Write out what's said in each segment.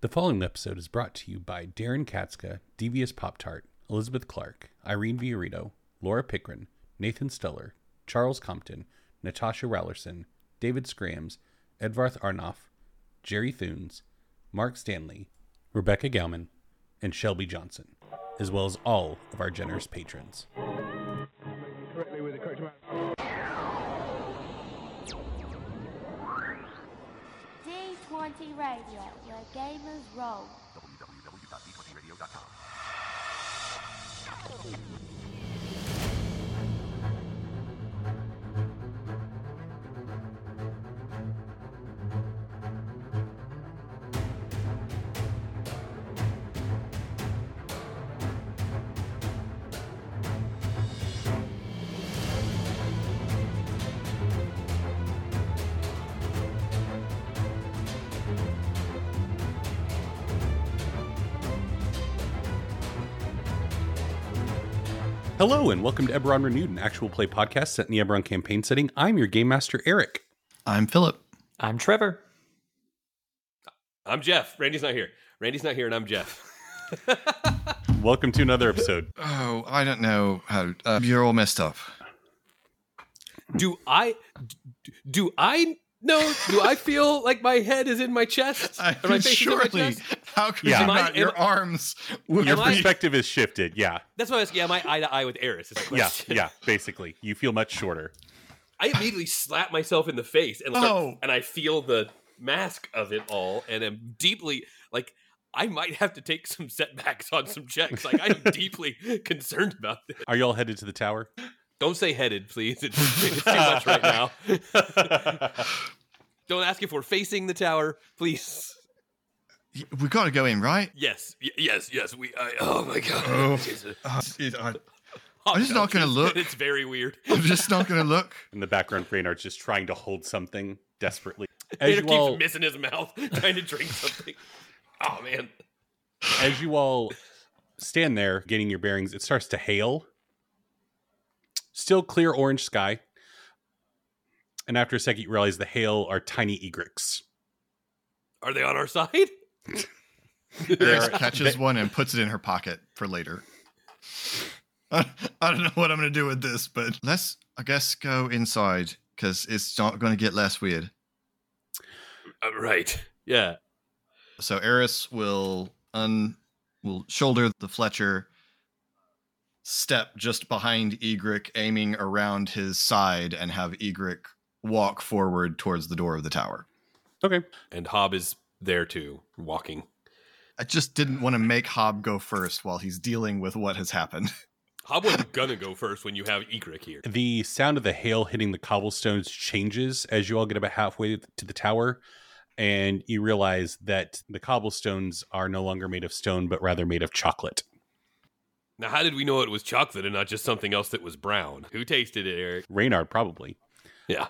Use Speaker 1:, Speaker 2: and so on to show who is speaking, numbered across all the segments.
Speaker 1: The following episode is brought to you by Darren Katzka, Devious Pop Tart, Elizabeth Clark, Irene Viorito, Laura Pickren, Nathan Steller, Charles Compton, Natasha Rallerson, David Scrams, Edvarth Arnoff, Jerry Thunes, Mark Stanley, Rebecca Gauman, and Shelby Johnson, as well as all of our generous patrons.
Speaker 2: correctly with the correct amount.
Speaker 3: D20 Radio, where gamers roll.
Speaker 1: Hello, and welcome to Eberron Renewed, an actual play podcast set in the Eberron campaign setting. I'm your game master, Eric.
Speaker 4: I'm Philip.
Speaker 5: I'm Trevor.
Speaker 6: I'm Jeff. Randy's not here. Randy's not here, and I'm Jeff.
Speaker 1: Welcome to another episode.
Speaker 4: Oh, I don't know how uh, you're all messed up.
Speaker 6: Do I? d- Do I know? Do I feel like my head is in my chest?
Speaker 4: I
Speaker 6: Or my
Speaker 4: mean,
Speaker 6: face is in my
Speaker 4: surely,
Speaker 6: chest?
Speaker 4: how could
Speaker 1: Yeah.
Speaker 4: you
Speaker 6: Am I-
Speaker 4: not? your
Speaker 6: am-
Speaker 4: arms would
Speaker 1: Your
Speaker 6: Am I-
Speaker 4: be.
Speaker 1: perspective is shifted. Yeah.
Speaker 6: That's why I was. Yeah, am I eye to eye with Eris? Is my
Speaker 1: Yeah.
Speaker 6: question.
Speaker 1: Yeah. Basically, you feel much shorter.
Speaker 6: I immediately slap myself in the face and start,
Speaker 4: Oh.
Speaker 6: and I feel the mask of it all, and am deeply like. I might have to take some setbacks on some checks. Like I am deeply concerned about this.
Speaker 1: Are y'all headed to the tower?
Speaker 6: Don't say headed, please. It's, it's too much right now. Don't ask if we're facing the tower, please.
Speaker 4: We got to go in, right?
Speaker 6: Yes, y- yes, yes. We. I, oh my god.
Speaker 4: Oh.
Speaker 6: It's a-
Speaker 4: Uh, it- I,
Speaker 6: oh,
Speaker 4: I'm just
Speaker 6: no,
Speaker 4: not gonna
Speaker 6: it's-
Speaker 4: look.
Speaker 6: It's very weird.
Speaker 4: I'm just not going to look.
Speaker 1: In the background, Reynard's just trying to hold something desperately. As
Speaker 6: Peter
Speaker 1: you,
Speaker 6: keeps
Speaker 1: all,
Speaker 6: missing his mouth, trying to drink something. Oh man.
Speaker 1: as you all stand there getting your bearings, it starts to hail. Still clear orange sky. And after a second, you realize the hail are tiny egrets.
Speaker 6: Are they on our side?
Speaker 4: Eris
Speaker 1: There-
Speaker 4: catches one and puts it in her pocket for later. I, I don't know what I'm going to do with this, but let's, I guess, go inside because it's not going to get less weird.
Speaker 6: Uh, right. Yeah.
Speaker 4: So Eris will un will shoulder the Fletcher, step just behind Egric, aiming around his side, and have Egric walk forward towards the door of the tower.
Speaker 1: Okay.
Speaker 6: And Hob is there too, walking.
Speaker 4: I just didn't want to make Hob go first while he's dealing with what has happened.
Speaker 6: Hob wasn't gonna go first when you have Egric here.
Speaker 1: The sound of the hail hitting the cobblestones changes as you all get about halfway to the tower, and you realize that the cobblestones are no longer made of stone, but rather made of chocolate.
Speaker 6: Now, how did we know it was chocolate and not just something else that was brown? Who tasted it, Eric?
Speaker 1: Reynard, probably.
Speaker 6: Yeah.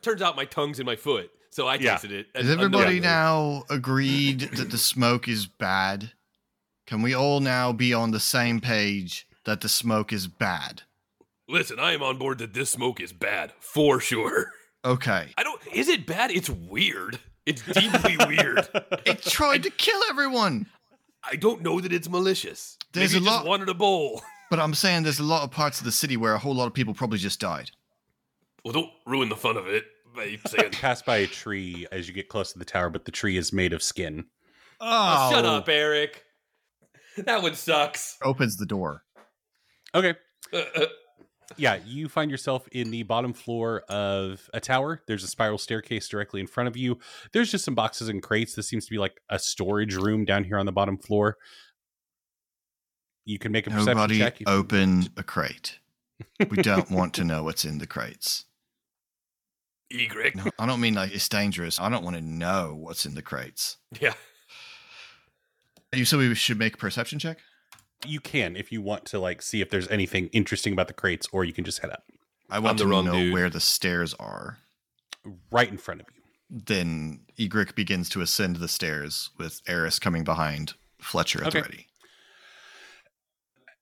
Speaker 6: Turns out my tongue's in my foot, so I
Speaker 1: Yeah.
Speaker 6: tasted it.
Speaker 4: Is everybody
Speaker 6: unknowingly.
Speaker 4: now agreed that the smoke is bad? Can we all now be on the same page that the smoke is bad?
Speaker 6: Listen, I am on board that this smoke is bad for sure.
Speaker 4: Okay.
Speaker 6: I don't. Is it bad? It's weird. It's deeply weird.
Speaker 4: It tried to kill everyone.
Speaker 6: I don't know that it's malicious.
Speaker 4: There's
Speaker 6: Maybe
Speaker 4: a
Speaker 6: it just
Speaker 4: lot-
Speaker 6: wanted a bowl.
Speaker 4: But I'm saying there's a lot of parts of the city where a whole lot of people probably just died.
Speaker 6: Well, don't ruin the fun of it by saying.
Speaker 1: Pass by a tree as you get close to the tower, but the tree is made of skin.
Speaker 6: Oh, shut up, Eric. That one sucks.
Speaker 4: Opens the door.
Speaker 1: Okay.
Speaker 6: Uh, uh,
Speaker 1: Yeah, you find yourself in the bottom floor of a tower. There's a spiral staircase directly in front of you. There's just some boxes and crates. This seems to be like a storage room down here on the bottom floor. You can make a perception
Speaker 4: Nobody
Speaker 1: check. if you-
Speaker 4: open a crate. We don't want to know what's in the crates.
Speaker 6: Egric.
Speaker 4: No, I don't mean like it's dangerous. I don't want to know what's in the crates.
Speaker 6: Yeah.
Speaker 4: You said we should make a perception check?
Speaker 1: you can if you want to like see if there's anything interesting about the crates or you can just head up
Speaker 4: I want
Speaker 6: the
Speaker 4: to
Speaker 6: wrong
Speaker 4: know
Speaker 6: dude.
Speaker 4: where the stairs are.
Speaker 1: right in front of you
Speaker 4: Then Egric begins to ascend the stairs with Eris coming behind Fletcher at
Speaker 1: Okay.
Speaker 4: the ready.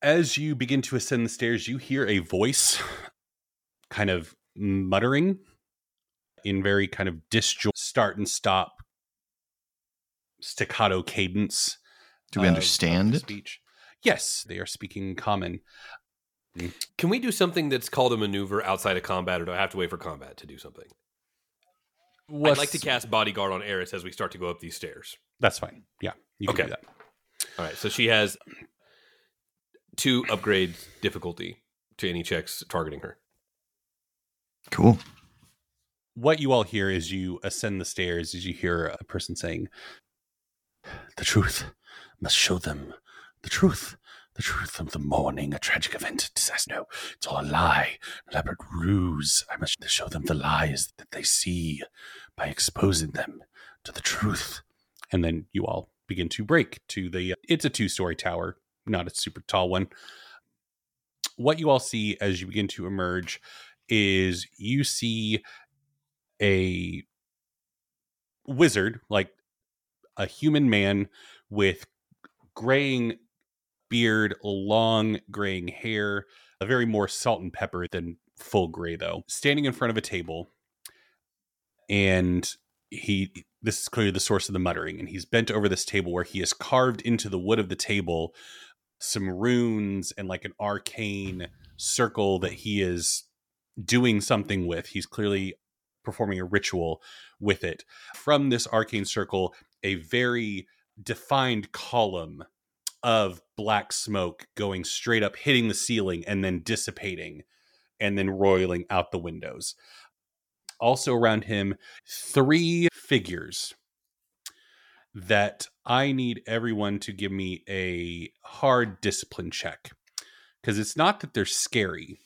Speaker 1: as you begin to ascend the stairs you hear a voice kind of muttering in very kind of disjoint start and stop staccato cadence.
Speaker 4: Do we
Speaker 1: of- of
Speaker 4: understand
Speaker 1: the
Speaker 4: it?
Speaker 1: Speech. Yes, they are speaking common.
Speaker 6: Can we do something that's called a maneuver outside of combat, or do I have to wait for combat to do something? I'd like to
Speaker 1: What's-
Speaker 6: cast bodyguard on Eris as we start to go up these stairs.
Speaker 1: That's fine. Yeah, you can
Speaker 6: Okay.
Speaker 1: do that.
Speaker 6: All right, so she has two upgrades difficulty to any checks targeting her.
Speaker 4: Cool.
Speaker 1: What you all hear as you ascend the stairs is you hear a person saying, "The truth must show them. The truth, the truth of the morning, a tragic event, a disaster. No, it's all a lie, an elaborate ruse. I must show them the lies that they see by exposing them to the truth." And then you all begin to break to the. uh, It's a two-story tower, not a super tall one. What you all see as you begin to emerge is you see a wizard, like a human man with graying beard, long graying hair, a very more salt and pepper than full gray though, standing in front of a table and he this is clearly the source of the muttering and he's bent over this table where he has carved into the wood of the table some runes and like an arcane circle that he is doing something with. He's clearly performing a ritual with it. From this arcane circle, a very defined column of black smoke going straight up, hitting the ceiling, and then dissipating and then roiling out the windows. Also around him, three figures that I need everyone to give me a hard discipline check. Because it's not that they're scary,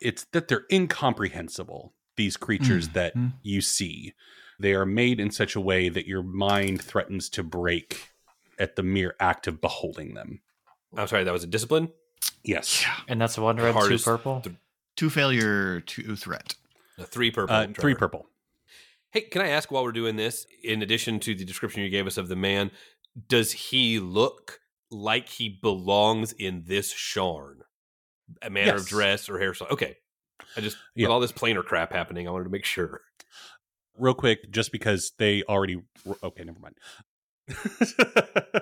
Speaker 1: it's that they're incomprehensible, these creatures that
Speaker 4: Mhm.
Speaker 1: you see. They are made in such a way that your mind threatens to break at the mere act of beholding them.
Speaker 6: I'm sorry, that was a discipline.
Speaker 1: Yes.
Speaker 5: And that's one red, two
Speaker 6: Hardest
Speaker 5: purple.
Speaker 6: th-
Speaker 4: Two failure, two threat.
Speaker 6: A three purple.
Speaker 1: Uh, three
Speaker 6: Trevor.
Speaker 1: purple.
Speaker 6: Hey, can I ask while we're doing this? In addition to the description you gave us of the man, does he look like he belongs in this sharn? A manner
Speaker 1: Yes.
Speaker 6: of dress or hairstyle? Okay, I just
Speaker 1: Yeah.
Speaker 6: with all this planar crap happening, I wanted to make sure.
Speaker 1: Real quick, just because they already. Okay, never mind.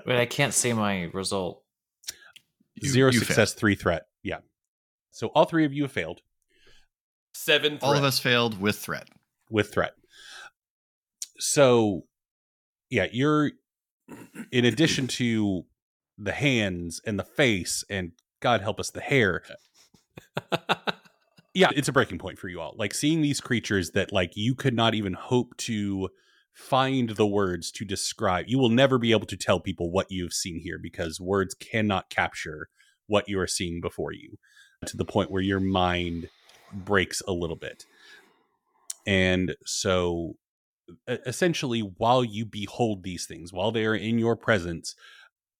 Speaker 5: Wait, I can't see my result.
Speaker 4: You-
Speaker 1: Zero
Speaker 4: you fail.
Speaker 1: success, three threat. Yeah. So all three of you have failed
Speaker 6: Seven.
Speaker 4: All of
Speaker 6: threat.
Speaker 4: us failed with threat.
Speaker 1: with threat. So, yeah, you're in addition to the hands and the face and God help us, the hair. yeah, it's a breaking point for you all. Like seeing these creatures that like you could not even hope to find the words to describe. You will never be able to tell people what you've seen here because words cannot capture what you are seeing before you to the point where your mind breaks a little bit. And so e- essentially while you behold these things, while they are in your presence,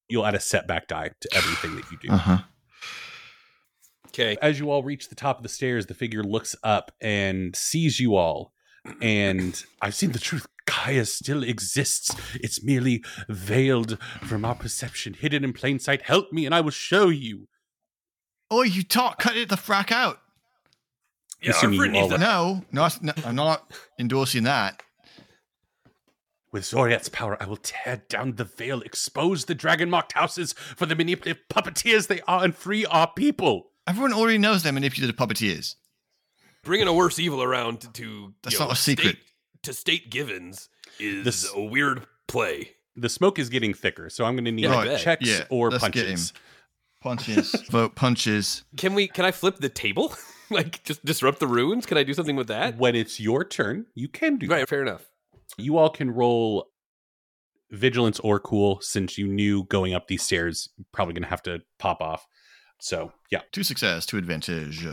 Speaker 1: you'll add a setback die to everything that you do.
Speaker 4: Uh
Speaker 6: Uh-huh.
Speaker 4: huh.
Speaker 6: Okay.
Speaker 1: As you all reach the top of the stairs, the figure looks up and sees you all. And I've seen the truth. Gaia still exists. It's merely veiled from our perception, hidden in plain sight. Help me, and I will show you.
Speaker 4: Oh, you talk. Cut it the frack out.
Speaker 6: Yeah,
Speaker 1: Assuming
Speaker 6: I've
Speaker 1: you
Speaker 6: written
Speaker 1: all
Speaker 6: these down.
Speaker 4: No, not. No, I'm not endorsing that.
Speaker 1: With Zoriat's power, I will tear down the veil, expose the dragon marked houses for the manipulative puppeteers they are, and free our people.
Speaker 4: Everyone already knows they're manipulative puppeteers.
Speaker 6: bringing a worse evil around to- to
Speaker 4: That's
Speaker 6: you know,
Speaker 4: not a secret.
Speaker 6: state- to state givens is
Speaker 1: This-
Speaker 6: a weird play.
Speaker 1: The smoke is getting thicker, so I'm going to need
Speaker 6: Yeah, I bet.
Speaker 1: checks
Speaker 4: Yeah,
Speaker 1: or
Speaker 4: let's get
Speaker 1: punches.
Speaker 4: him. Punches. Vote punches.
Speaker 6: Can we? Can I flip the table? like just disrupt the ruins? Can I do something with that?
Speaker 1: When it's your turn, you can do
Speaker 6: Right. Fair enough.
Speaker 1: you all can roll vigilance or cool since you knew going up these stairs you're probably going to have to pop off so yeah
Speaker 4: Two success, two advantage.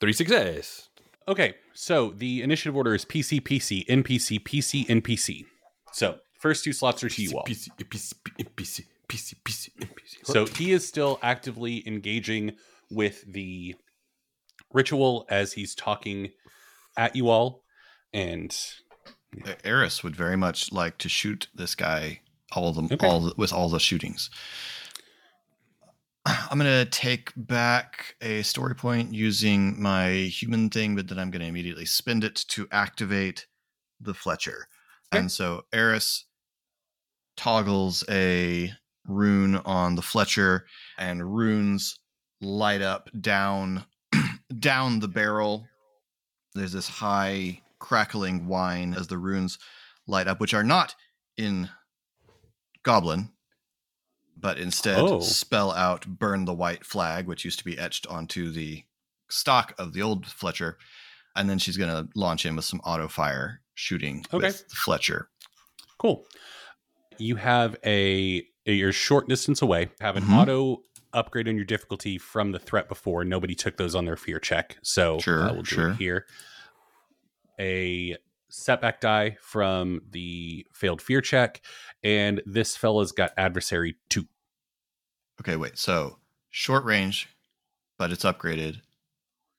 Speaker 6: Three success.
Speaker 1: okay so the initiative order is pc pc npc pc npc so first two slots are to you all
Speaker 6: PC, PC, PC, PC, PC, PC.
Speaker 1: so he is still actively engaging with the ritual as he's talking at you all and
Speaker 4: Uh, Eris would very much like to shoot this guy all the
Speaker 1: Okay.
Speaker 4: all the, with all the shootings. I'm gonna take back a story point using my human thing, but then I'm gonna immediately spend it to activate the Fletcher. And so Eris toggles a rune on the Fletcher, and runes light up down down the barrel. There's this high crackling whine as the runes light up, which are not in Goblin, but instead
Speaker 1: Oh.
Speaker 4: spell out burn the white flag, which used to be etched onto the stock of the old Fletcher. And then she's gonna launch in with some auto fire shooting
Speaker 1: Okay.
Speaker 4: with Fletcher.
Speaker 1: Cool. You have a you're short distance away. Have an
Speaker 4: Mhm.
Speaker 1: auto upgrade on your difficulty from the threat before. Nobody took those on their fear check, so
Speaker 4: Sure,
Speaker 1: I will do
Speaker 4: sure.
Speaker 1: it here. A setback die from the failed fear check, and this fella's got adversary two.
Speaker 4: Okay, wait. So short range, but it's upgraded.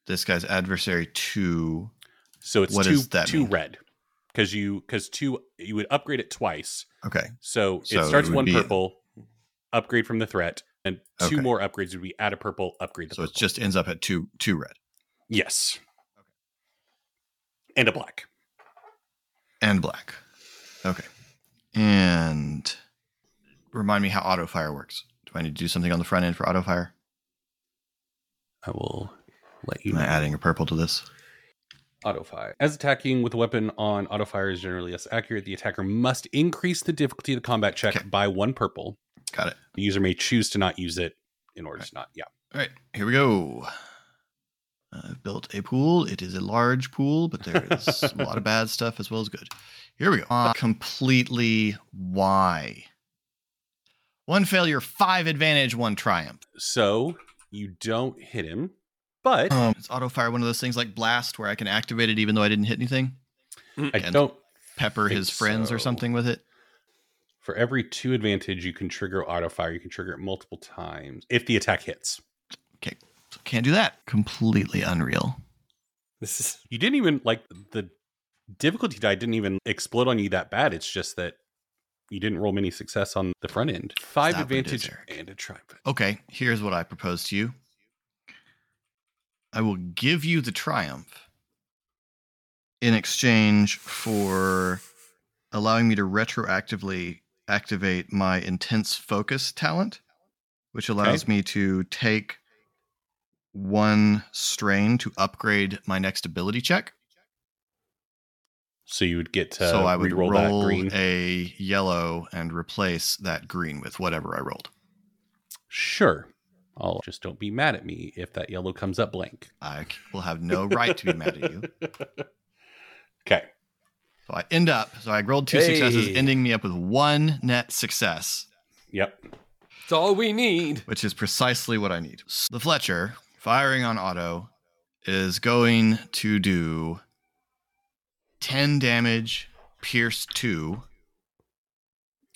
Speaker 4: This guy's adversary two.
Speaker 1: So it's
Speaker 4: What
Speaker 1: two
Speaker 4: does that
Speaker 1: two
Speaker 4: mean?
Speaker 1: red because you because two you would upgrade it twice.
Speaker 4: Okay,
Speaker 1: So,
Speaker 4: So
Speaker 1: it
Speaker 4: it
Speaker 1: starts
Speaker 4: would
Speaker 1: one
Speaker 4: be-
Speaker 1: purple, upgrade from the threat, and two
Speaker 4: Okay.
Speaker 1: more upgrades would be add a purple, upgrade the
Speaker 4: so
Speaker 1: purple.
Speaker 4: it just ends up at two two red
Speaker 1: Yes. And a black.
Speaker 4: and black. Okay, and remind me how auto fire works. Do I need to do something on the front end for auto fire?
Speaker 1: I will let
Speaker 4: Am I adding a purple to this?
Speaker 1: Auto fire. As attacking with a weapon on auto fire is generally less accurate, the attacker must increase the difficulty of the combat check
Speaker 4: Okay.
Speaker 1: by one purple.
Speaker 4: Got it.
Speaker 1: The user may choose to not use it in order to not. Yeah.
Speaker 4: All right, here we go. I've built a pool. It is a large pool, but there is a lot of bad stuff as well as good. Here we go. Uh, completely why? One failure, five advantage, one triumph.
Speaker 1: So you don't hit him, but
Speaker 4: Um, it's auto fire one of those things like blast where I can activate it even though I didn't hit anything.
Speaker 1: I
Speaker 4: and-
Speaker 1: don't.
Speaker 4: Pepper
Speaker 1: Think
Speaker 4: his friends or
Speaker 1: so.
Speaker 4: something with it.
Speaker 1: For every two advantage, you can trigger auto fire. You can trigger it multiple times if the attack hits.
Speaker 4: So can't do that. Completely unreal.
Speaker 6: This is
Speaker 1: You didn't even like the difficulty die didn't even explode on you that bad. It's just that you didn't roll many success on the front end. Five
Speaker 4: Stop it,
Speaker 1: advantage
Speaker 4: Eric.
Speaker 1: and a triumph.
Speaker 4: Okay, here's what I propose to you. I will give you the triumph in exchange for allowing me to retroactively activate my intense focus talent, which allows me to take one strain to upgrade my next ability check.
Speaker 1: So you would get to
Speaker 4: so I would
Speaker 1: re-roll
Speaker 4: roll,
Speaker 1: that green.
Speaker 4: a yellow and replace that green with whatever I rolled.
Speaker 1: sure. I'll just don't be mad at me if that yellow comes up blank.
Speaker 4: I c- will have no right to be mad at you.
Speaker 1: Okay.
Speaker 4: So I end up. So I rolled two successes,
Speaker 6: Hey.
Speaker 4: ending me up with one net success,
Speaker 1: Yep.
Speaker 6: it's all we need.
Speaker 4: which is precisely what I need. S- The Fletcher firing on auto is going to do ten damage, pierce two.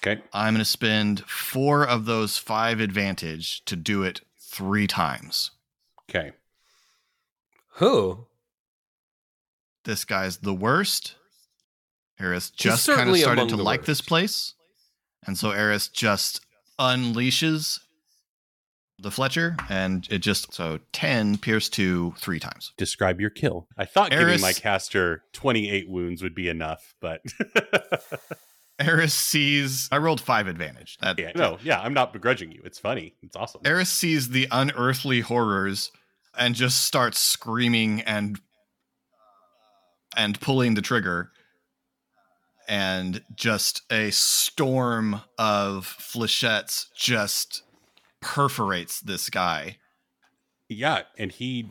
Speaker 1: Okay.
Speaker 4: I'm going to spend four of those five advantage to do it three times.
Speaker 1: Okay.
Speaker 6: Who?
Speaker 4: this guy's the worst. Eris
Speaker 6: He's
Speaker 4: just kind of
Speaker 6: certainly
Speaker 4: started
Speaker 6: among
Speaker 4: to
Speaker 6: the
Speaker 4: like this
Speaker 6: worst.
Speaker 4: place. And so Eris just unleashes the Fletcher and it just so 10 pierce 2 3 times.
Speaker 1: Describe your kill. I thought giving
Speaker 4: Eris-
Speaker 1: my caster 28 wounds would be enough, but
Speaker 4: Eris sees I rolled 5 advantage. That
Speaker 1: yeah, no, yeah, I'm not begrudging you. It's funny. It's awesome.
Speaker 4: Eris sees the unearthly horrors and just starts screaming and and pulling the trigger and just a storm of flechettes just perforates this guy.
Speaker 1: Yeah, and he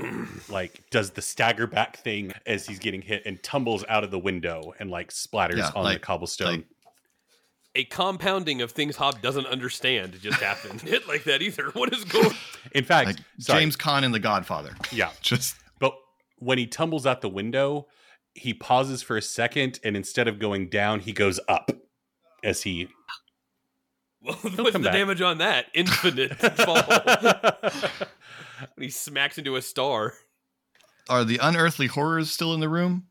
Speaker 1: like does the stagger back thing as he's getting hit and tumbles out of the window and like splatters
Speaker 4: Yeah,
Speaker 1: on
Speaker 4: like-
Speaker 1: the cobblestone.
Speaker 4: like-
Speaker 6: A compounding of things Hob doesn't understand just happened. Hit like that either. What is going?
Speaker 1: In fact,
Speaker 4: Like
Speaker 1: sorry,
Speaker 4: James Caan in The Godfather.
Speaker 1: yeah,
Speaker 4: Just
Speaker 1: but when he tumbles out the window, he pauses for a second and instead of going down, he goes up as he
Speaker 6: Well, what's the
Speaker 1: come back.
Speaker 6: damage on that? Infinite fall. when he smacks into a star.
Speaker 4: are the unearthly horrors still in the room?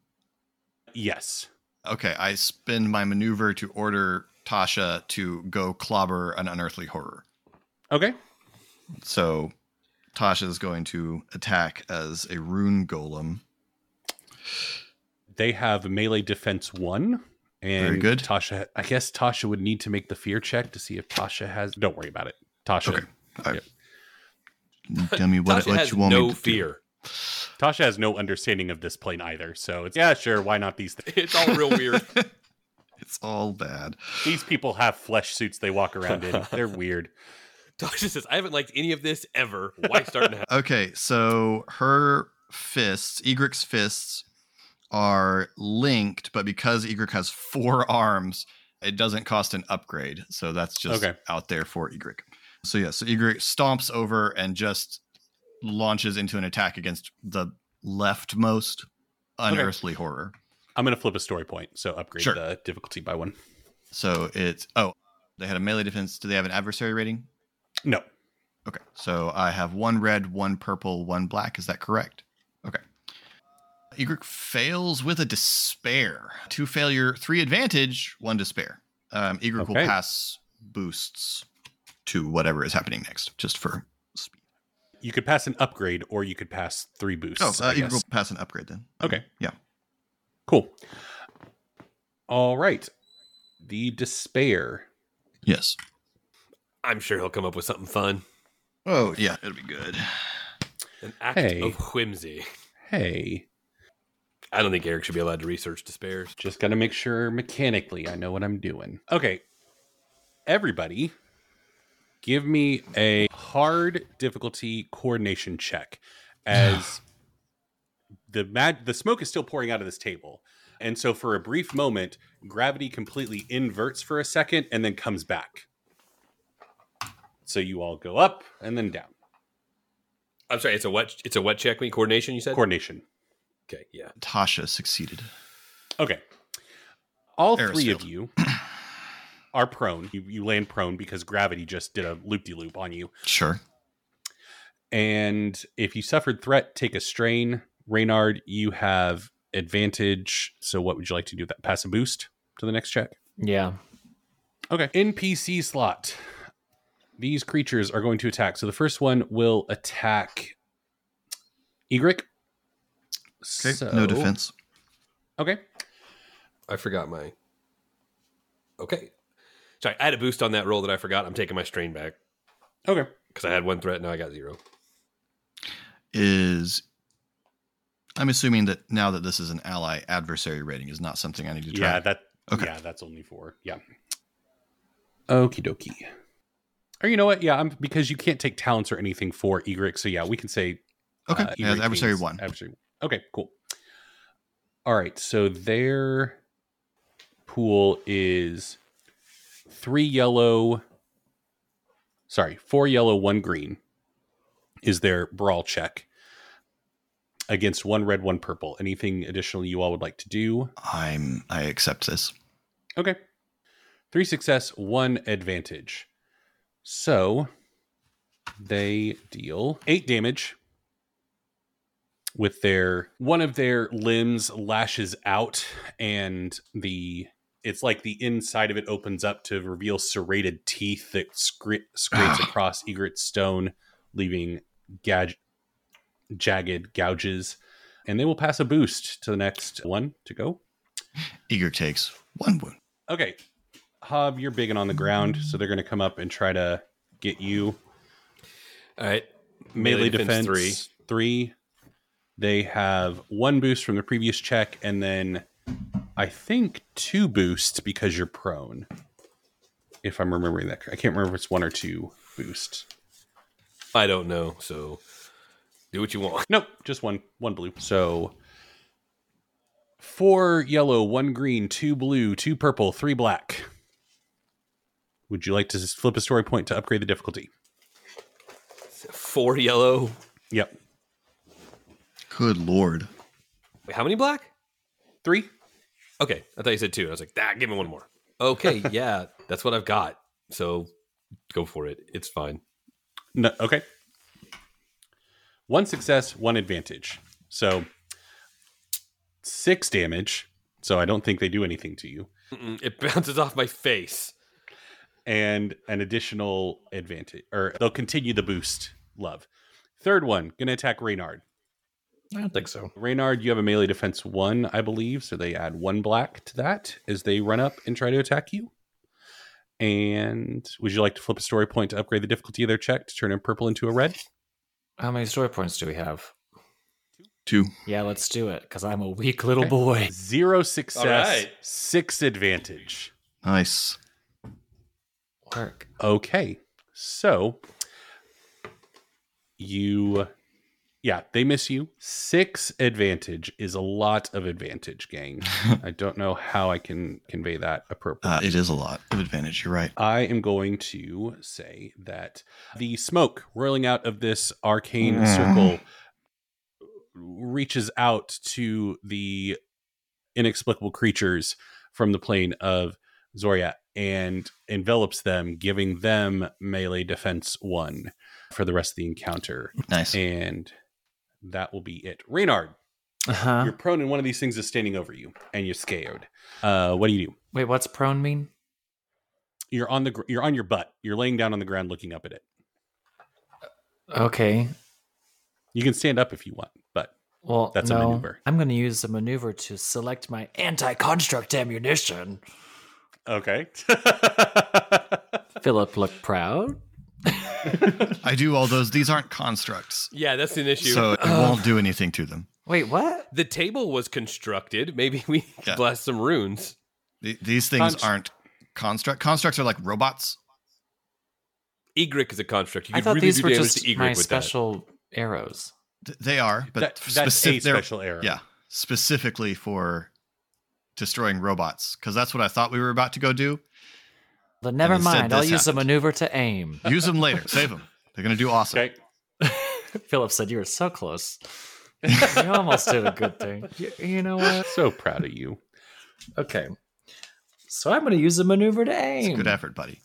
Speaker 1: yes.
Speaker 4: Okay, I spend my maneuver to order Tasha to go clobber an unearthly horror.
Speaker 1: Okay.
Speaker 4: So Tasha is going to attack as a rune golem.
Speaker 1: They have melee defense 1 And
Speaker 4: Very good.
Speaker 1: Tasha, I guess Tasha would need to make the fear check to see if Tasha has. Don't worry about it, Tasha.
Speaker 4: Okay. Tell me what,
Speaker 6: Tasha
Speaker 4: what
Speaker 6: has
Speaker 4: you want
Speaker 6: no
Speaker 4: me to do.
Speaker 6: fear.
Speaker 1: Tasha has no understanding of this plane either, so it's yeah, sure, why not these? Th-
Speaker 6: It's all real weird.
Speaker 4: It's all bad.
Speaker 1: these people have flesh suits they walk around in. They're weird.
Speaker 6: Tasha says, "I haven't liked any of this ever. Why start now?"
Speaker 4: Okay, so her fists, Egric's fists, are linked, but because Egric has four arms, it doesn't cost an upgrade. So that's just
Speaker 1: Okay.
Speaker 4: out there for Egric. So yeah, so Egric stomps over and just launches into an attack against the leftmost unearthly horror.
Speaker 1: I'm gonna flip a story point, so upgrade
Speaker 4: Sure.
Speaker 1: the difficulty by one.
Speaker 4: So it's oh, they had a melee defense. Do they have an adversary rating?
Speaker 1: No,
Speaker 4: Okay. So I have one red, one purple, one black. Is that correct? Okay. Egric fails with a despair. Two failure, three advantage, one despair. Um, Egric
Speaker 1: Okay.
Speaker 4: will pass boosts to whatever is happening next, just for.
Speaker 1: you could pass an upgrade, or you could pass three boosts.
Speaker 4: Oh, uh,
Speaker 1: I
Speaker 4: Egric
Speaker 1: guess.
Speaker 4: will pass an upgrade then. Um,
Speaker 1: Okay.
Speaker 4: Yeah.
Speaker 1: Cool. All right. The despair.
Speaker 4: Yes.
Speaker 6: I'm sure he'll come up with something fun.
Speaker 4: Oh, yeah. It'll be good.
Speaker 6: An act
Speaker 1: Hey.
Speaker 6: of whimsy.
Speaker 1: Hey,
Speaker 6: I don't think Eric should be allowed to research despairs.
Speaker 1: just got to make sure mechanically I know what I'm doing. Okay. Everybody, give me a hard difficulty coordination check as the mag- the smoke is still pouring out of this table. And so for a brief moment, gravity completely inverts for a second and then comes back. So you all go up and then down.
Speaker 6: I'm sorry. It's a what? It's a what check? when you- Coordination? You said?
Speaker 1: Coordination.
Speaker 6: okay. Yeah.
Speaker 4: Tasha succeeded.
Speaker 1: Okay. All
Speaker 4: Eris
Speaker 1: three of
Speaker 4: failed.
Speaker 1: you are prone. You, you land prone because gravity just did a loop de loop on you.
Speaker 4: Sure.
Speaker 1: And if you suffered threat, take a strain. Reynard, you have advantage. So what would you like to do with that? Pass a boost to the next check.
Speaker 5: Yeah.
Speaker 1: Okay. NPC slot. These creatures are going to attack. So the first one will attack Egric.
Speaker 4: Okay.
Speaker 1: So-
Speaker 4: no defense.
Speaker 1: Okay.
Speaker 6: I forgot my. Okay. Sorry, I had a boost on that roll that I forgot. I'm taking my strain back
Speaker 1: Okay.
Speaker 6: because I had one threat. Now I got zero.
Speaker 4: Is. I'm assuming that now that this is an ally, adversary rating is not something I need to try.
Speaker 1: Yeah, that.
Speaker 4: Okay.
Speaker 1: Yeah, that's only four. Yeah. Okie dokie. Or you know what? Yeah, I'm because you can't take talents or anything for Egric. So yeah, we can say
Speaker 4: Okay.
Speaker 1: uh,
Speaker 4: yeah,
Speaker 1: Egric
Speaker 4: adversary
Speaker 1: means
Speaker 4: one.
Speaker 1: Adversary. Okay, cool. All right, so their pool is three yellow. Sorry, four yellow, one green is their brawl check against one red, one purple. Anything additional you all would like to do?
Speaker 4: I'm. I accept this.
Speaker 1: Okay. Three success, one advantage. So they deal eight damage with their one of their limbs lashes out and the it's like the inside of it opens up to reveal serrated teeth that scra- scrapes across egret's stone leaving gag- jagged gouges and they will pass a boost to the next one to go
Speaker 4: Eager takes one wound.
Speaker 1: Okay. Hob, you're big and on the ground, so they're going to come up and try to get you.
Speaker 6: All right.
Speaker 1: Melee,
Speaker 6: Melee
Speaker 1: defense,
Speaker 6: defense,
Speaker 1: three. Three. They have one boost from the previous check, and then I think two boosts because you're prone. If I'm remembering that, cor- I can't remember if it's one or two boosts.
Speaker 6: I don't know. So do what you want.
Speaker 1: Nope, just one, one blue. So four yellow, one green, two blue, two purple, three black. Would you like to s- flip a story point to upgrade the difficulty?
Speaker 6: Four yellow.
Speaker 1: Yep.
Speaker 4: Good lord.
Speaker 6: Wait, how many black?
Speaker 1: Three.
Speaker 6: Okay. I thought you said two. and I was like, ah, give me one more. Okay. yeah. That's what I've got. So go for it. It's fine.
Speaker 1: No, okay. One success, one advantage. So six damage. So I don't think they do anything to you.
Speaker 6: Mm-mm, it bounces off my face.
Speaker 1: And an additional advantage, or they'll continue the boost. Love. Third one, gonna attack Reynard.
Speaker 5: I don't think so.
Speaker 1: Reynard, you have a melee defense one, I believe, so they add one black to that as they run up and try to attack you. And would you like to flip a story point to upgrade the difficulty of their check to turn a purple into a red?
Speaker 5: How many story points do we have?
Speaker 4: Two.
Speaker 5: Yeah, let's do it because I'm a weak little
Speaker 1: Okay.
Speaker 5: boy.
Speaker 1: Zero success,
Speaker 6: All right.
Speaker 1: six advantage.
Speaker 4: Nice.
Speaker 5: Work.
Speaker 1: Okay. So you yeah, they miss you. 6 advantage is a lot of advantage, gang. I don't know how I can convey that appropriately.
Speaker 4: Uh, it is a lot of advantage. You're right.
Speaker 1: I am going to say that the smoke whirling out of this arcane
Speaker 4: Mm.
Speaker 1: circle reaches out to the inexplicable creatures from the plane of Zoria and envelops them, giving them melee defense one for the rest of the encounter.
Speaker 4: Nice.
Speaker 1: And that will be it. Reynard,
Speaker 5: Uh huh.
Speaker 1: you're prone and one of these things is standing over you and you're scared. Uh, what do you do?
Speaker 5: Wait, what's prone mean?
Speaker 1: You're on the gr- you're on your butt. You're laying down on the ground looking up at it.
Speaker 5: Okay.
Speaker 1: You can stand up if you want, but
Speaker 5: Well,
Speaker 1: That's a
Speaker 5: no,
Speaker 1: maneuver.
Speaker 5: I'm going to use the maneuver to select my anti-construct ammunition.
Speaker 1: okay.
Speaker 5: Philip looked proud.
Speaker 4: I do all those. These aren't constructs,
Speaker 6: Yeah, that's an issue.
Speaker 4: so it won't do anything to them.
Speaker 5: Wait, what?
Speaker 6: the table was constructed. Maybe we
Speaker 4: Yeah.
Speaker 6: blast some runes.
Speaker 4: Th- These things
Speaker 1: Const-
Speaker 4: aren't construct. Constructs are like robots.
Speaker 6: Egric is a construct. You
Speaker 5: I
Speaker 6: could
Speaker 5: thought
Speaker 6: really
Speaker 5: these
Speaker 6: do
Speaker 5: were
Speaker 6: damage
Speaker 5: just
Speaker 6: to Egric
Speaker 5: my
Speaker 6: with
Speaker 5: special arrows.
Speaker 4: Th- They are, but
Speaker 1: That- that's a
Speaker 4: specific- they're-
Speaker 1: special error.
Speaker 4: Yeah, specifically for destroying robots, because that's what I thought we were about to go do.
Speaker 5: But never
Speaker 4: instead
Speaker 5: mind. I'll
Speaker 4: this
Speaker 5: use the
Speaker 4: happened.
Speaker 5: maneuver to aim.
Speaker 4: Use them later. Save them. They're gonna do awesome.
Speaker 1: Okay.
Speaker 5: Philip said you were so close. you almost did a good thing. You, you know what?
Speaker 1: So proud of you.
Speaker 5: Okay. So I'm going to use the maneuver to
Speaker 4: It's a
Speaker 5: aim.
Speaker 4: good effort, buddy.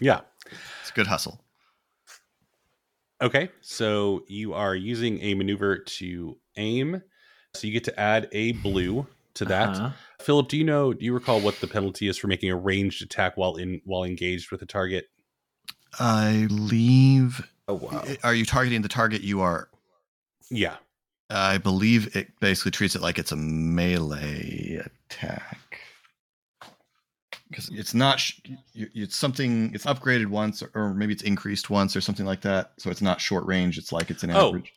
Speaker 1: Yeah.
Speaker 4: It's a good hustle.
Speaker 1: Okay. So you are using a maneuver to aim. So you get to add a blue to that.
Speaker 5: Uh-huh.
Speaker 1: Philip, do you know? Do you recall what the penalty is for making a ranged attack while in while engaged with a target?
Speaker 4: I leave. eh,
Speaker 5: Oh wow.
Speaker 4: Are you targeting the target you are?
Speaker 1: Yeah.
Speaker 4: I believe it basically treats it like it's a melee attack. Because it's not, sh- you- it's something, it's upgraded once, or maybe it's increased once, or something like that. So it's not short range. It's like it's an
Speaker 1: Oh.
Speaker 4: average.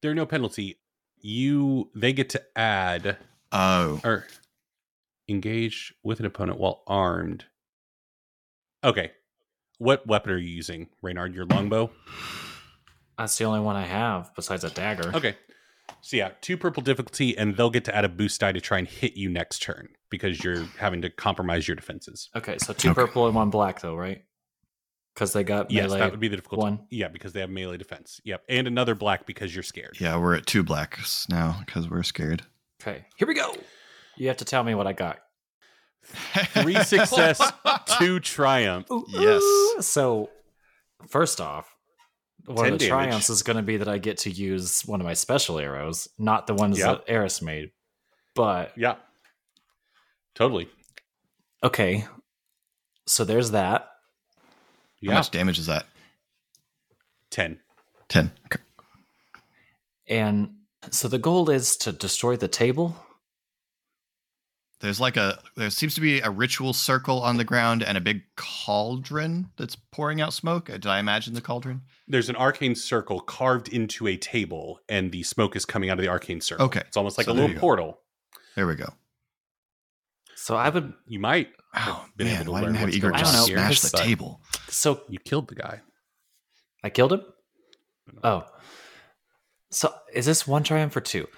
Speaker 1: There are no penalty. You they get to add
Speaker 4: Oh,
Speaker 1: or engage with an opponent while armed. Okay. What weapon are you using, Reynard? Your longbow?
Speaker 5: That's the only one I have besides a dagger.
Speaker 1: Okay. So yeah, two purple difficulty, and they'll get to add a boost die to try and hit you next turn because you're having to compromise your defenses.
Speaker 5: Okay, so two
Speaker 4: Okay.
Speaker 5: purple and one black though, right? Because they got
Speaker 1: yes,
Speaker 5: melee.
Speaker 1: that would be the difficulty.
Speaker 5: one.
Speaker 1: Yeah, because they have melee defense. Yep. And another black because you're scared.
Speaker 4: yeah, we're at two blacks now because we're scared.
Speaker 5: Okay, here we go. You have to tell me what I got.
Speaker 1: Three success, two triumph.
Speaker 5: Ooh,
Speaker 4: Yes.
Speaker 5: ooh. So, first off, one
Speaker 1: Ten
Speaker 5: of the
Speaker 1: damage.
Speaker 5: triumphs is going to be that I get to use one of my special arrows, not the ones
Speaker 1: Yep.
Speaker 5: that Eris made. But
Speaker 1: Yeah. Totally.
Speaker 5: okay, so there's that.
Speaker 4: How
Speaker 1: Yeah.
Speaker 4: much damage is that?
Speaker 1: Ten.
Speaker 4: 10. Okay.
Speaker 5: And so the goal is to destroy the table.
Speaker 4: There's like a, there seems to be a ritual circle on the ground and a big cauldron that's pouring out smoke. Uh, Did I imagine the cauldron?
Speaker 1: There's an arcane circle carved into a table, and the smoke is coming out of the arcane circle.
Speaker 4: Okay.
Speaker 1: It's almost like
Speaker 4: So
Speaker 1: a
Speaker 4: there
Speaker 1: little
Speaker 4: you go.
Speaker 1: portal.
Speaker 4: There we go.
Speaker 5: So I would.
Speaker 1: You might.
Speaker 4: Oh
Speaker 1: been
Speaker 4: man,
Speaker 1: able to
Speaker 4: why didn't
Speaker 1: learn
Speaker 4: have
Speaker 1: what's
Speaker 4: Igor
Speaker 1: going
Speaker 5: on
Speaker 4: just
Speaker 5: here,
Speaker 4: smash the
Speaker 1: but-
Speaker 4: table?
Speaker 5: So
Speaker 1: You killed the guy.
Speaker 5: I killed him. Oh, so is this one triumph or two?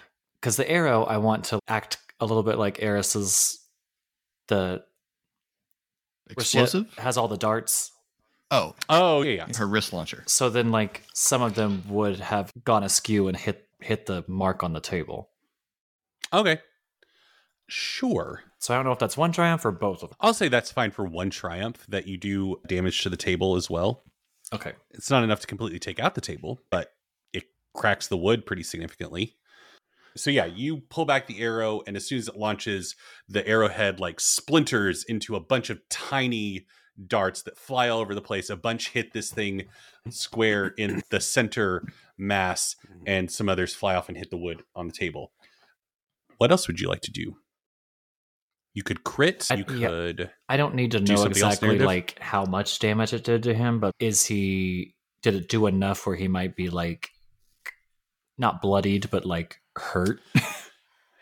Speaker 5: Because the arrow, I want to act a little bit like Eris's. The where she
Speaker 4: Explosive?
Speaker 5: has all the darts.
Speaker 4: Oh,
Speaker 1: Oh yeah, yeah.
Speaker 4: her wrist launcher.
Speaker 5: So then, like some of them would have gone askew and hit hit the mark on the table.
Speaker 1: Okay. Sure.
Speaker 5: So I don't know if that's one triumph or both of them.
Speaker 1: I'll say that's fine for one triumph that you do damage to the table as well.
Speaker 5: Okay,
Speaker 1: It's not enough to completely take out the table, but it cracks the wood pretty significantly. So yeah, you pull back the arrow and as soon as it launches, the arrowhead like splinters into a bunch of tiny darts that fly all over the place. A bunch hit this thing square in the center mass,
Speaker 5: Mm-hmm.
Speaker 1: and some others fly off and hit the wood on the table. What else would you like to do? You could crit.
Speaker 5: I-
Speaker 1: You
Speaker 5: yeah.
Speaker 1: could.
Speaker 5: I don't need to
Speaker 1: Do
Speaker 5: know
Speaker 1: something else
Speaker 5: exactly
Speaker 1: narrative?
Speaker 5: like how much damage it did to him, but is he did it do enough where he might be like not bloodied but like hurt?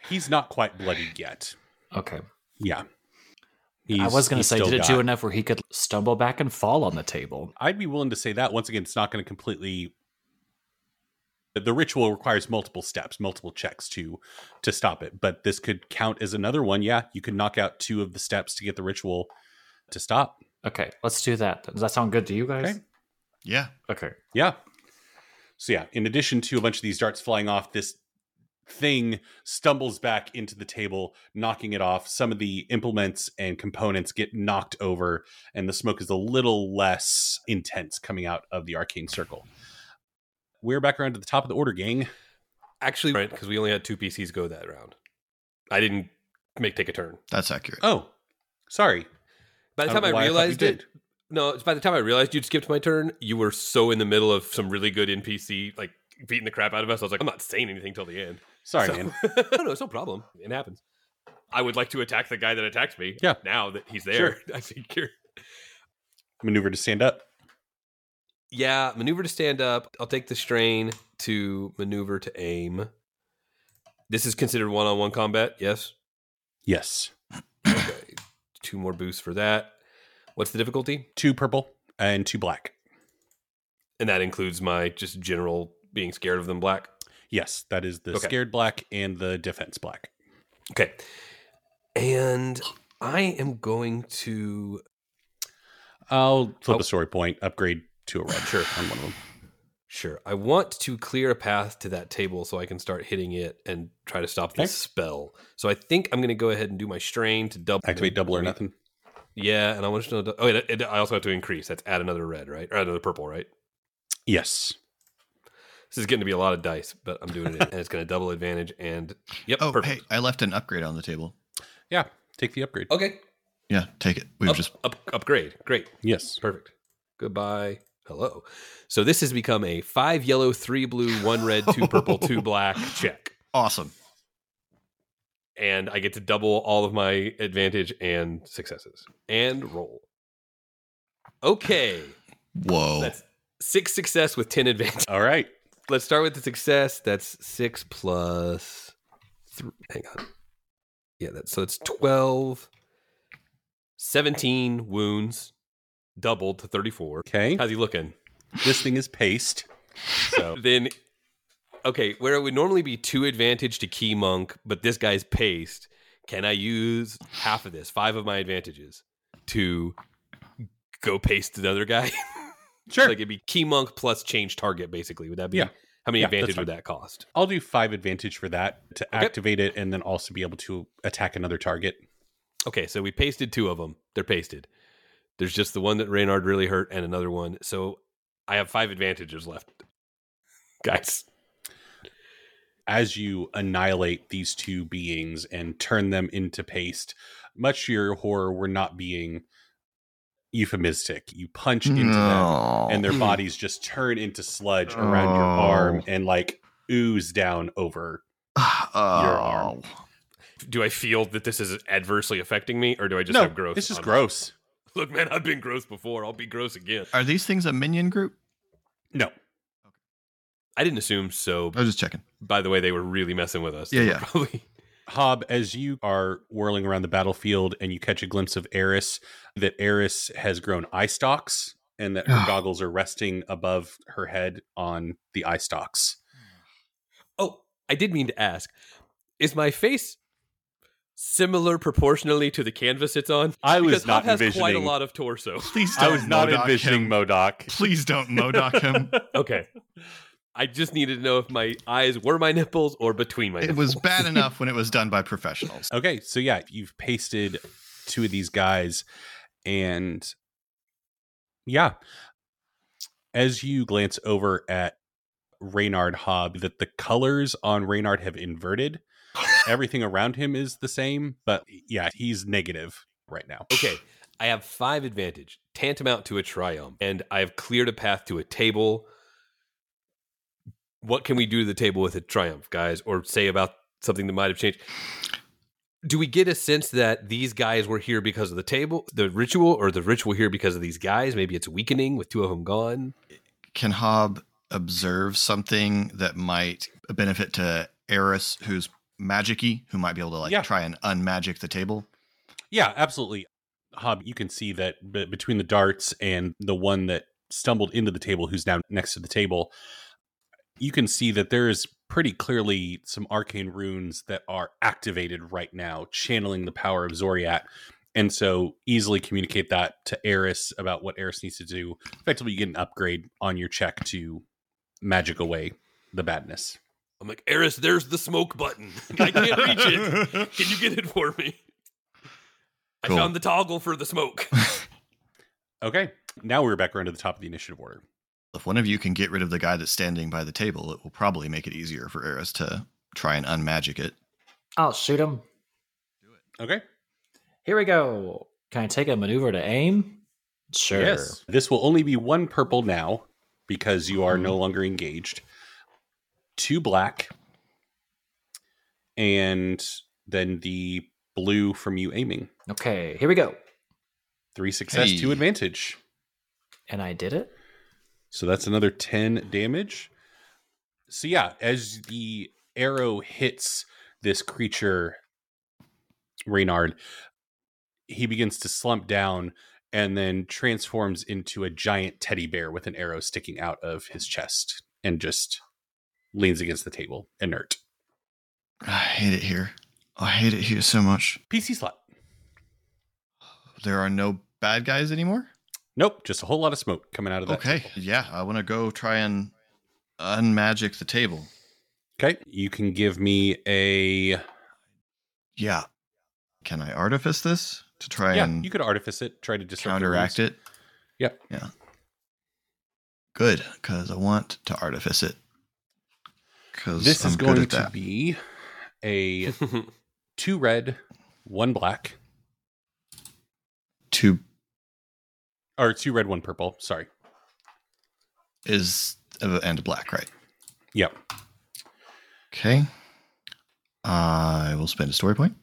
Speaker 1: He's not quite bloodied yet.
Speaker 5: Okay.
Speaker 1: Yeah.
Speaker 5: I
Speaker 1: He's-
Speaker 5: was going to
Speaker 1: he's
Speaker 5: say
Speaker 1: still
Speaker 5: did it
Speaker 1: got-
Speaker 5: do enough where he could stumble back and fall on the table?
Speaker 1: I'd be willing to say that once again, it's not going to completely. the- The ritual requires multiple steps, multiple checks to to stop it. But this could count as another one. Yeah, you could knock out two of the steps to get the ritual to stop.
Speaker 5: Okay, let's do that. Does that sound good to you guys?
Speaker 1: Okay.
Speaker 4: Yeah.
Speaker 5: Okay.
Speaker 1: Yeah. So yeah, in addition to a bunch of these darts flying off, this thing stumbles back into the table, knocking it off. Some of the implements and components get knocked over, and the smoke is a little less intense coming out of the arcane circle. We're back around to the top of the order, gang.
Speaker 6: Actually, right, because we only had two PCs go that round. I didn't make take a turn.
Speaker 4: That's accurate.
Speaker 1: Oh, sorry.
Speaker 6: By the time
Speaker 1: don't
Speaker 6: I,
Speaker 1: know why thought you
Speaker 6: realized it,
Speaker 1: did.
Speaker 6: no, it's by the time I realized you'd skipped my turn, you were so in the middle of some really good NPC, like beating the crap out of us. I was like, I'm not saying anything till the end.
Speaker 1: Sorry,
Speaker 6: So-
Speaker 1: man.
Speaker 6: no, no, it's no problem. It happens. I would like to attack the guy that attacked me.
Speaker 1: Yeah.
Speaker 6: Now that he's there, I figure.
Speaker 1: Maneuver to stand up.
Speaker 6: Yeah, maneuver to stand up. I'll take the strain to maneuver to aim. This is considered one on one combat, yes?
Speaker 1: Yes.
Speaker 6: Okay. Two more boosts for that. What's the difficulty?
Speaker 1: Two purple and two black.
Speaker 6: And that includes my just general being scared of them black.
Speaker 1: Yes, that is the
Speaker 6: Okay.
Speaker 1: scared black and the defense black.
Speaker 6: Okay. And I am going to.
Speaker 1: I'll flip
Speaker 6: Oh.
Speaker 1: a story point, upgrade to a red. Sure, on one of them.
Speaker 6: Sure. I want to clear a path to that table so I can start hitting it and try to stop this
Speaker 1: Okay.
Speaker 6: spell. So I think I'm going to go ahead and do my strain to double.
Speaker 1: Activate double or nothing.
Speaker 6: Yeah, and I want to know. Oh, wait, it- I also have to increase. That's add another red, right? Or add another purple, right?
Speaker 1: Yes.
Speaker 6: This is getting to be a lot of dice, but I'm doing it, and it's going to double advantage. And yep,
Speaker 4: Oh,
Speaker 6: perfect.
Speaker 4: hey, I left an upgrade on the table.
Speaker 1: Yeah. Take the upgrade.
Speaker 6: Okay,
Speaker 4: Yeah, take it. We've
Speaker 1: Oh.
Speaker 6: up,
Speaker 4: just
Speaker 6: up, upgrade. Great,
Speaker 1: Yes.
Speaker 6: perfect. Goodbye. Hello. So this has become a five yellow, three blue, one red, two purple, two black check,
Speaker 4: awesome.
Speaker 6: and I get to double all of my advantage and successes and roll. Okay,
Speaker 4: Whoa.
Speaker 6: that's six success with ten advantage.
Speaker 1: All right.
Speaker 6: let's start with the success. That's six plus three. Hang on. Yeah, that's so it's 12, 17 wounds, doubled to 34.
Speaker 1: Okay.
Speaker 6: How's he looking?
Speaker 1: This thing is paced. So
Speaker 6: Then, okay, where it would normally be two advantage to Key Monk, but this guy's paced, can I use half of this, five of my advantages, to go paste another guy?
Speaker 1: sure.
Speaker 6: like it'd be Key Monk plus change target, basically. Would that be?
Speaker 1: Yeah.
Speaker 6: How many
Speaker 1: Yeah, that's
Speaker 6: advantage would
Speaker 1: fine.
Speaker 6: that cost?
Speaker 1: I'll do five advantage for that to
Speaker 6: Okay.
Speaker 1: activate it and then also be able to attack another target.
Speaker 6: Okay, so we pasted two of them. They're pasted. There's just the one that Reynard really hurt and another one. So I have five advantages left. Guys.
Speaker 1: as you annihilate these two beings and turn them into paste, much to your horror, we're not being euphemistic. You punch into them and
Speaker 4: Mm.
Speaker 1: their bodies just turn into sludge around your
Speaker 4: Oh.
Speaker 1: arm and like ooze down over.
Speaker 4: Oh.
Speaker 1: arm.
Speaker 6: Do I feel that this is adversely affecting me or do I just
Speaker 1: no,
Speaker 6: have gross?
Speaker 1: it's just
Speaker 6: on-
Speaker 1: gross.
Speaker 6: Look, man, I've been gross before. I'll be gross again.
Speaker 4: Are these things a minion group?
Speaker 1: No.
Speaker 6: I didn't assume so.
Speaker 4: I was just checking.
Speaker 6: By the way, they were really messing with us.
Speaker 4: Yeah,
Speaker 6: They were
Speaker 4: yeah.
Speaker 6: Probably.
Speaker 1: Hob, as you are whirling around the battlefield and you catch a glimpse of Eris, that Eris has grown eye stalks and that her goggles are resting above her head on the eye stalks.
Speaker 6: Oh, I did mean to ask. Is my face similar proportionally to the canvas it's on?
Speaker 1: I was
Speaker 6: Because
Speaker 1: not
Speaker 6: Hob has
Speaker 1: envisioning
Speaker 6: quite a lot of torso.
Speaker 4: Please
Speaker 1: I
Speaker 4: don't.
Speaker 1: was not
Speaker 4: Modoc
Speaker 1: envisioning
Speaker 4: him.
Speaker 1: Modoc.
Speaker 4: Please don't Modoc him.
Speaker 6: Okay. I just needed to know if my eyes were my nipples or between my
Speaker 4: it
Speaker 6: nipples.
Speaker 4: was bad enough when it was done by professionals.
Speaker 1: Okay, so yeah, you've pasted two of these guys, and yeah, as you glance over at Reynard Hobb, that the colors on Reynard have inverted. Everything around him is the same, but yeah, he's negative right now.
Speaker 6: Okay. I have five advantage, tantamount to a triumph, and I've cleared a path to a table. What can we do to the table with a triumph, guys, or say about something that might have changed? Do we get a sense that these guys were here because of the table, the ritual, or the ritual here because of these guys? Maybe it's weakening with two of them gone.
Speaker 4: Can Hob observe something that might benefit to Eris, who's magicy, who might be able to like
Speaker 1: Yeah.
Speaker 4: try and unmagic the table?
Speaker 1: Yeah, absolutely. Hob, you can see that b- between the darts and the one that stumbled into the table, who's now next to the table, you can see that there is pretty clearly some arcane runes that are activated right now, channeling the power of Zoriat. And so easily communicate that to Eris about what Eris needs to do. Effectively, you get an upgrade on your check to magic away the badness.
Speaker 6: I'm like, Eris, there's the smoke button. I can't reach it. Can you get it for me?
Speaker 4: Cool.
Speaker 6: I found the toggle for the smoke.
Speaker 1: Okay, now we're back around to the top of the initiative order.
Speaker 4: If one of you can get rid of the guy that's standing by the table, it will probably make it easier for Eris to try and unmagic it.
Speaker 5: I'll shoot him.
Speaker 1: Okay.
Speaker 5: Here we go. Can I take a maneuver to aim? Sure.
Speaker 1: Yes. This will only be one purple now because you are no longer engaged. Two black. And then the blue from you aiming.
Speaker 5: Okay, here we go.
Speaker 1: Three success, two
Speaker 4: Hey.
Speaker 1: advantage.
Speaker 5: And I did it.
Speaker 1: So that's another 10 damage. So yeah, as the arrow hits this creature, Reynard, he begins to slump down and then transforms into a giant teddy bear with an arrow sticking out of his chest and just leans against the table, inert.
Speaker 4: I hate it here. I hate it here so much.
Speaker 1: PC slot.
Speaker 4: There are no bad guys anymore.
Speaker 1: Nope, just a whole lot of smoke coming out of that.
Speaker 4: Okay. Yeah, I want to go try and unmagic the table.
Speaker 1: Okay. You can give me a
Speaker 4: Yeah. Can I artifice this to try
Speaker 1: Yeah,
Speaker 4: and
Speaker 1: you could artifice it, try to disrupt the
Speaker 4: counteract
Speaker 1: runes.
Speaker 4: it?
Speaker 1: Yep.
Speaker 4: Yeah. Good, because I want to artifice it. Because
Speaker 1: This
Speaker 4: I'm
Speaker 1: is
Speaker 4: good
Speaker 1: going
Speaker 4: at
Speaker 1: to
Speaker 4: that.
Speaker 1: be a two red, one black,
Speaker 4: Two
Speaker 1: or two red, one purple. Sorry.
Speaker 4: is uh, and black, right?
Speaker 1: Yep.
Speaker 4: Okay. I will spend a story point.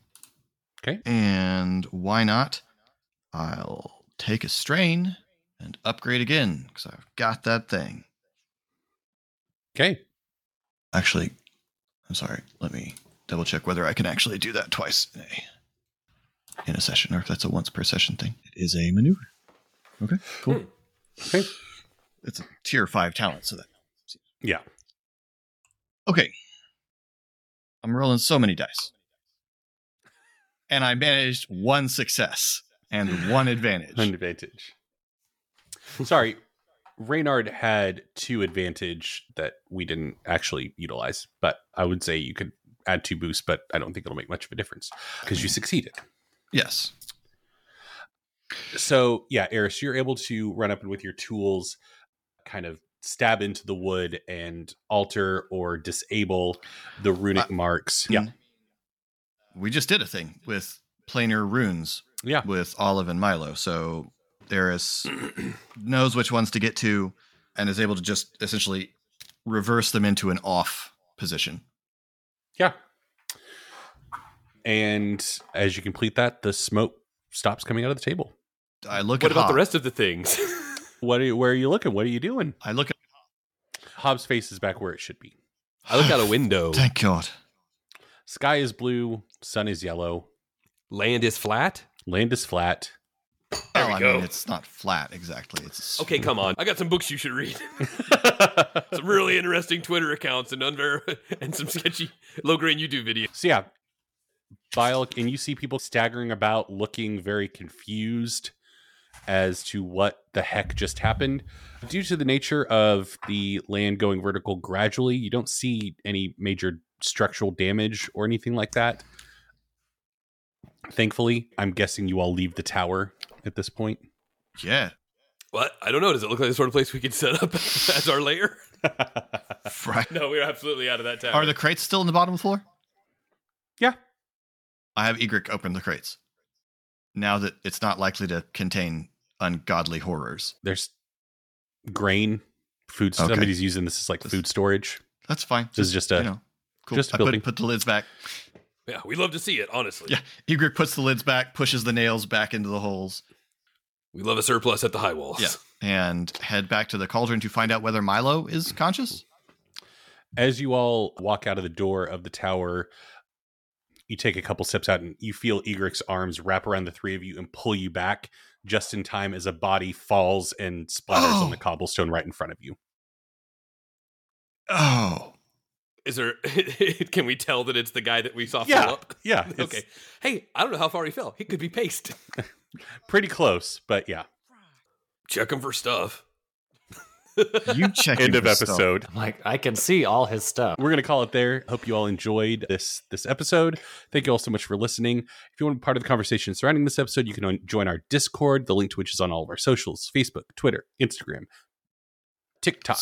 Speaker 1: Okay.
Speaker 4: And why not? I'll take a strain and upgrade again because I've got that thing.
Speaker 1: Okay.
Speaker 4: Actually, I'm sorry. Let me double check whether I can actually do that twice in a, in a session or if that's a once per session thing. It is a maneuver. Okay, cool.
Speaker 1: Hmm. Okay.
Speaker 4: It's a tier five talent, so that.
Speaker 1: Yeah.
Speaker 4: Okay. I'm rolling so many dice. And I managed one success and one
Speaker 1: An
Speaker 4: advantage.
Speaker 1: advantage. Sorry. Reynard had two advantage that we didn't actually utilize, but I would say you could add two boosts, but I don't think it'll make much of a difference because you succeeded.
Speaker 4: Yes.
Speaker 1: So yeah, Eris, you're able to run up and with your tools, kind of stab into the wood and alter or disable the runic marks. Yeah,
Speaker 4: We just did a thing with planar runes
Speaker 1: yeah,
Speaker 4: with Olive and Milo. So Eris knows which ones to get to and is able to just essentially reverse them into an off position.
Speaker 1: yeah. And as you complete that, the smoke stops coming out of the table.
Speaker 4: I look at
Speaker 6: what about the
Speaker 4: Hob.
Speaker 6: rest of the things?
Speaker 1: What are you, where are you looking? What are you doing?
Speaker 4: I look at
Speaker 1: Hobbs' face is back where it should be.
Speaker 6: I look out a window.
Speaker 4: Thank God.
Speaker 1: Sky is blue, sun is yellow,
Speaker 6: Land is flat.
Speaker 1: land is flat.
Speaker 6: There
Speaker 4: well,
Speaker 6: we
Speaker 4: Oh, I
Speaker 6: go.
Speaker 4: mean it's not flat exactly. It's
Speaker 6: Okay, come on. I got some books you should read. some really interesting Twitter accounts and under and some sketchy low grade YouTube videos.
Speaker 1: So yeah, Bile, and you see people staggering about, looking very confused as to what the heck just happened. Due to the nature of the land going vertical gradually, you don't see any major structural damage or anything like that. Thankfully, I'm guessing you all leave the tower at this point.
Speaker 4: Yeah.
Speaker 6: What? I don't know. Does it look like the sort of place we could set up as our lair?
Speaker 4: Right.
Speaker 6: No, we're absolutely out of that town.
Speaker 4: Are the crates still in the bottom floor?
Speaker 1: Yeah.
Speaker 4: I have Egric open the crates. now that it's not likely to contain ungodly horrors.
Speaker 1: There's grain, food.
Speaker 4: Okay.
Speaker 1: Somebody's using this as like
Speaker 4: Just-
Speaker 1: food storage.
Speaker 4: That's fine.
Speaker 1: This is just a
Speaker 4: you know, cool.
Speaker 1: just a
Speaker 4: I put,
Speaker 1: building.
Speaker 4: put the lids back.
Speaker 6: Yeah, we love to see it, honestly.
Speaker 4: Yeah. Egret puts the lids back, pushes the nails back into the holes,
Speaker 6: We love a surplus at the high walls.
Speaker 4: Yeah. and head back to the cauldron to find out whether Milo is conscious.
Speaker 1: As you all walk out of the door of the tower, you take a couple steps out and you feel Egric's arms wrap around the three of you and pull you back just in time as a body falls and splatters
Speaker 4: Oh.
Speaker 1: on the cobblestone right in front of you.
Speaker 4: Oh.
Speaker 6: Is there can we tell that it's the guy that we saw
Speaker 1: Yeah.
Speaker 6: fall up?
Speaker 1: Yeah, it's
Speaker 6: Okay. Hey, I don't know how far he fell. He could be paced.
Speaker 1: pretty close, but yeah.
Speaker 6: Check him for stuff.
Speaker 4: You check
Speaker 1: End of episode.
Speaker 5: I'm like, I can see all his stuff.
Speaker 1: We're gonna call it there. Hope you all enjoyed this this episode. Thank you all so much for listening. If you want to be part of the conversation surrounding this episode, you can join our Discord. The link to which is on all of our socials: Facebook, Twitter, Instagram, TikTok.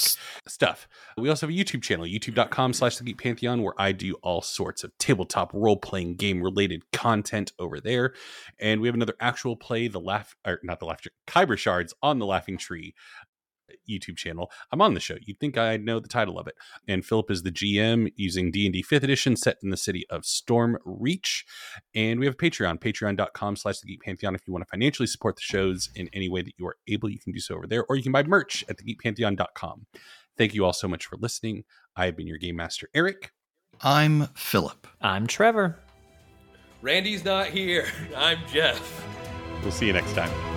Speaker 1: stuff. We also have a YouTube channel, youtube.com slash the geek pantheon, where I do all sorts of tabletop role playing game related content over there. And we have another actual play, the laugh or not the laughter, Kyber Shards on the Laughing Tree uh, YouTube channel. I'm on the show. You'd think I'd know the title of it. And Philip is the GM using D&D 5th edition set in the city of Storm Reach. And we have a Patreon, patreon.com slash the Geek Pantheon. If you want to financially support the shows in any way that you are able, you can do so over there. Or you can buy merch at thegeekpantheon.com. Thank you all so much for listening. I have been your game master, Eric.
Speaker 4: I'm Philip.
Speaker 5: I'm Trevor.
Speaker 6: Randy's not here. I'm Jeff.
Speaker 1: We'll see you next time.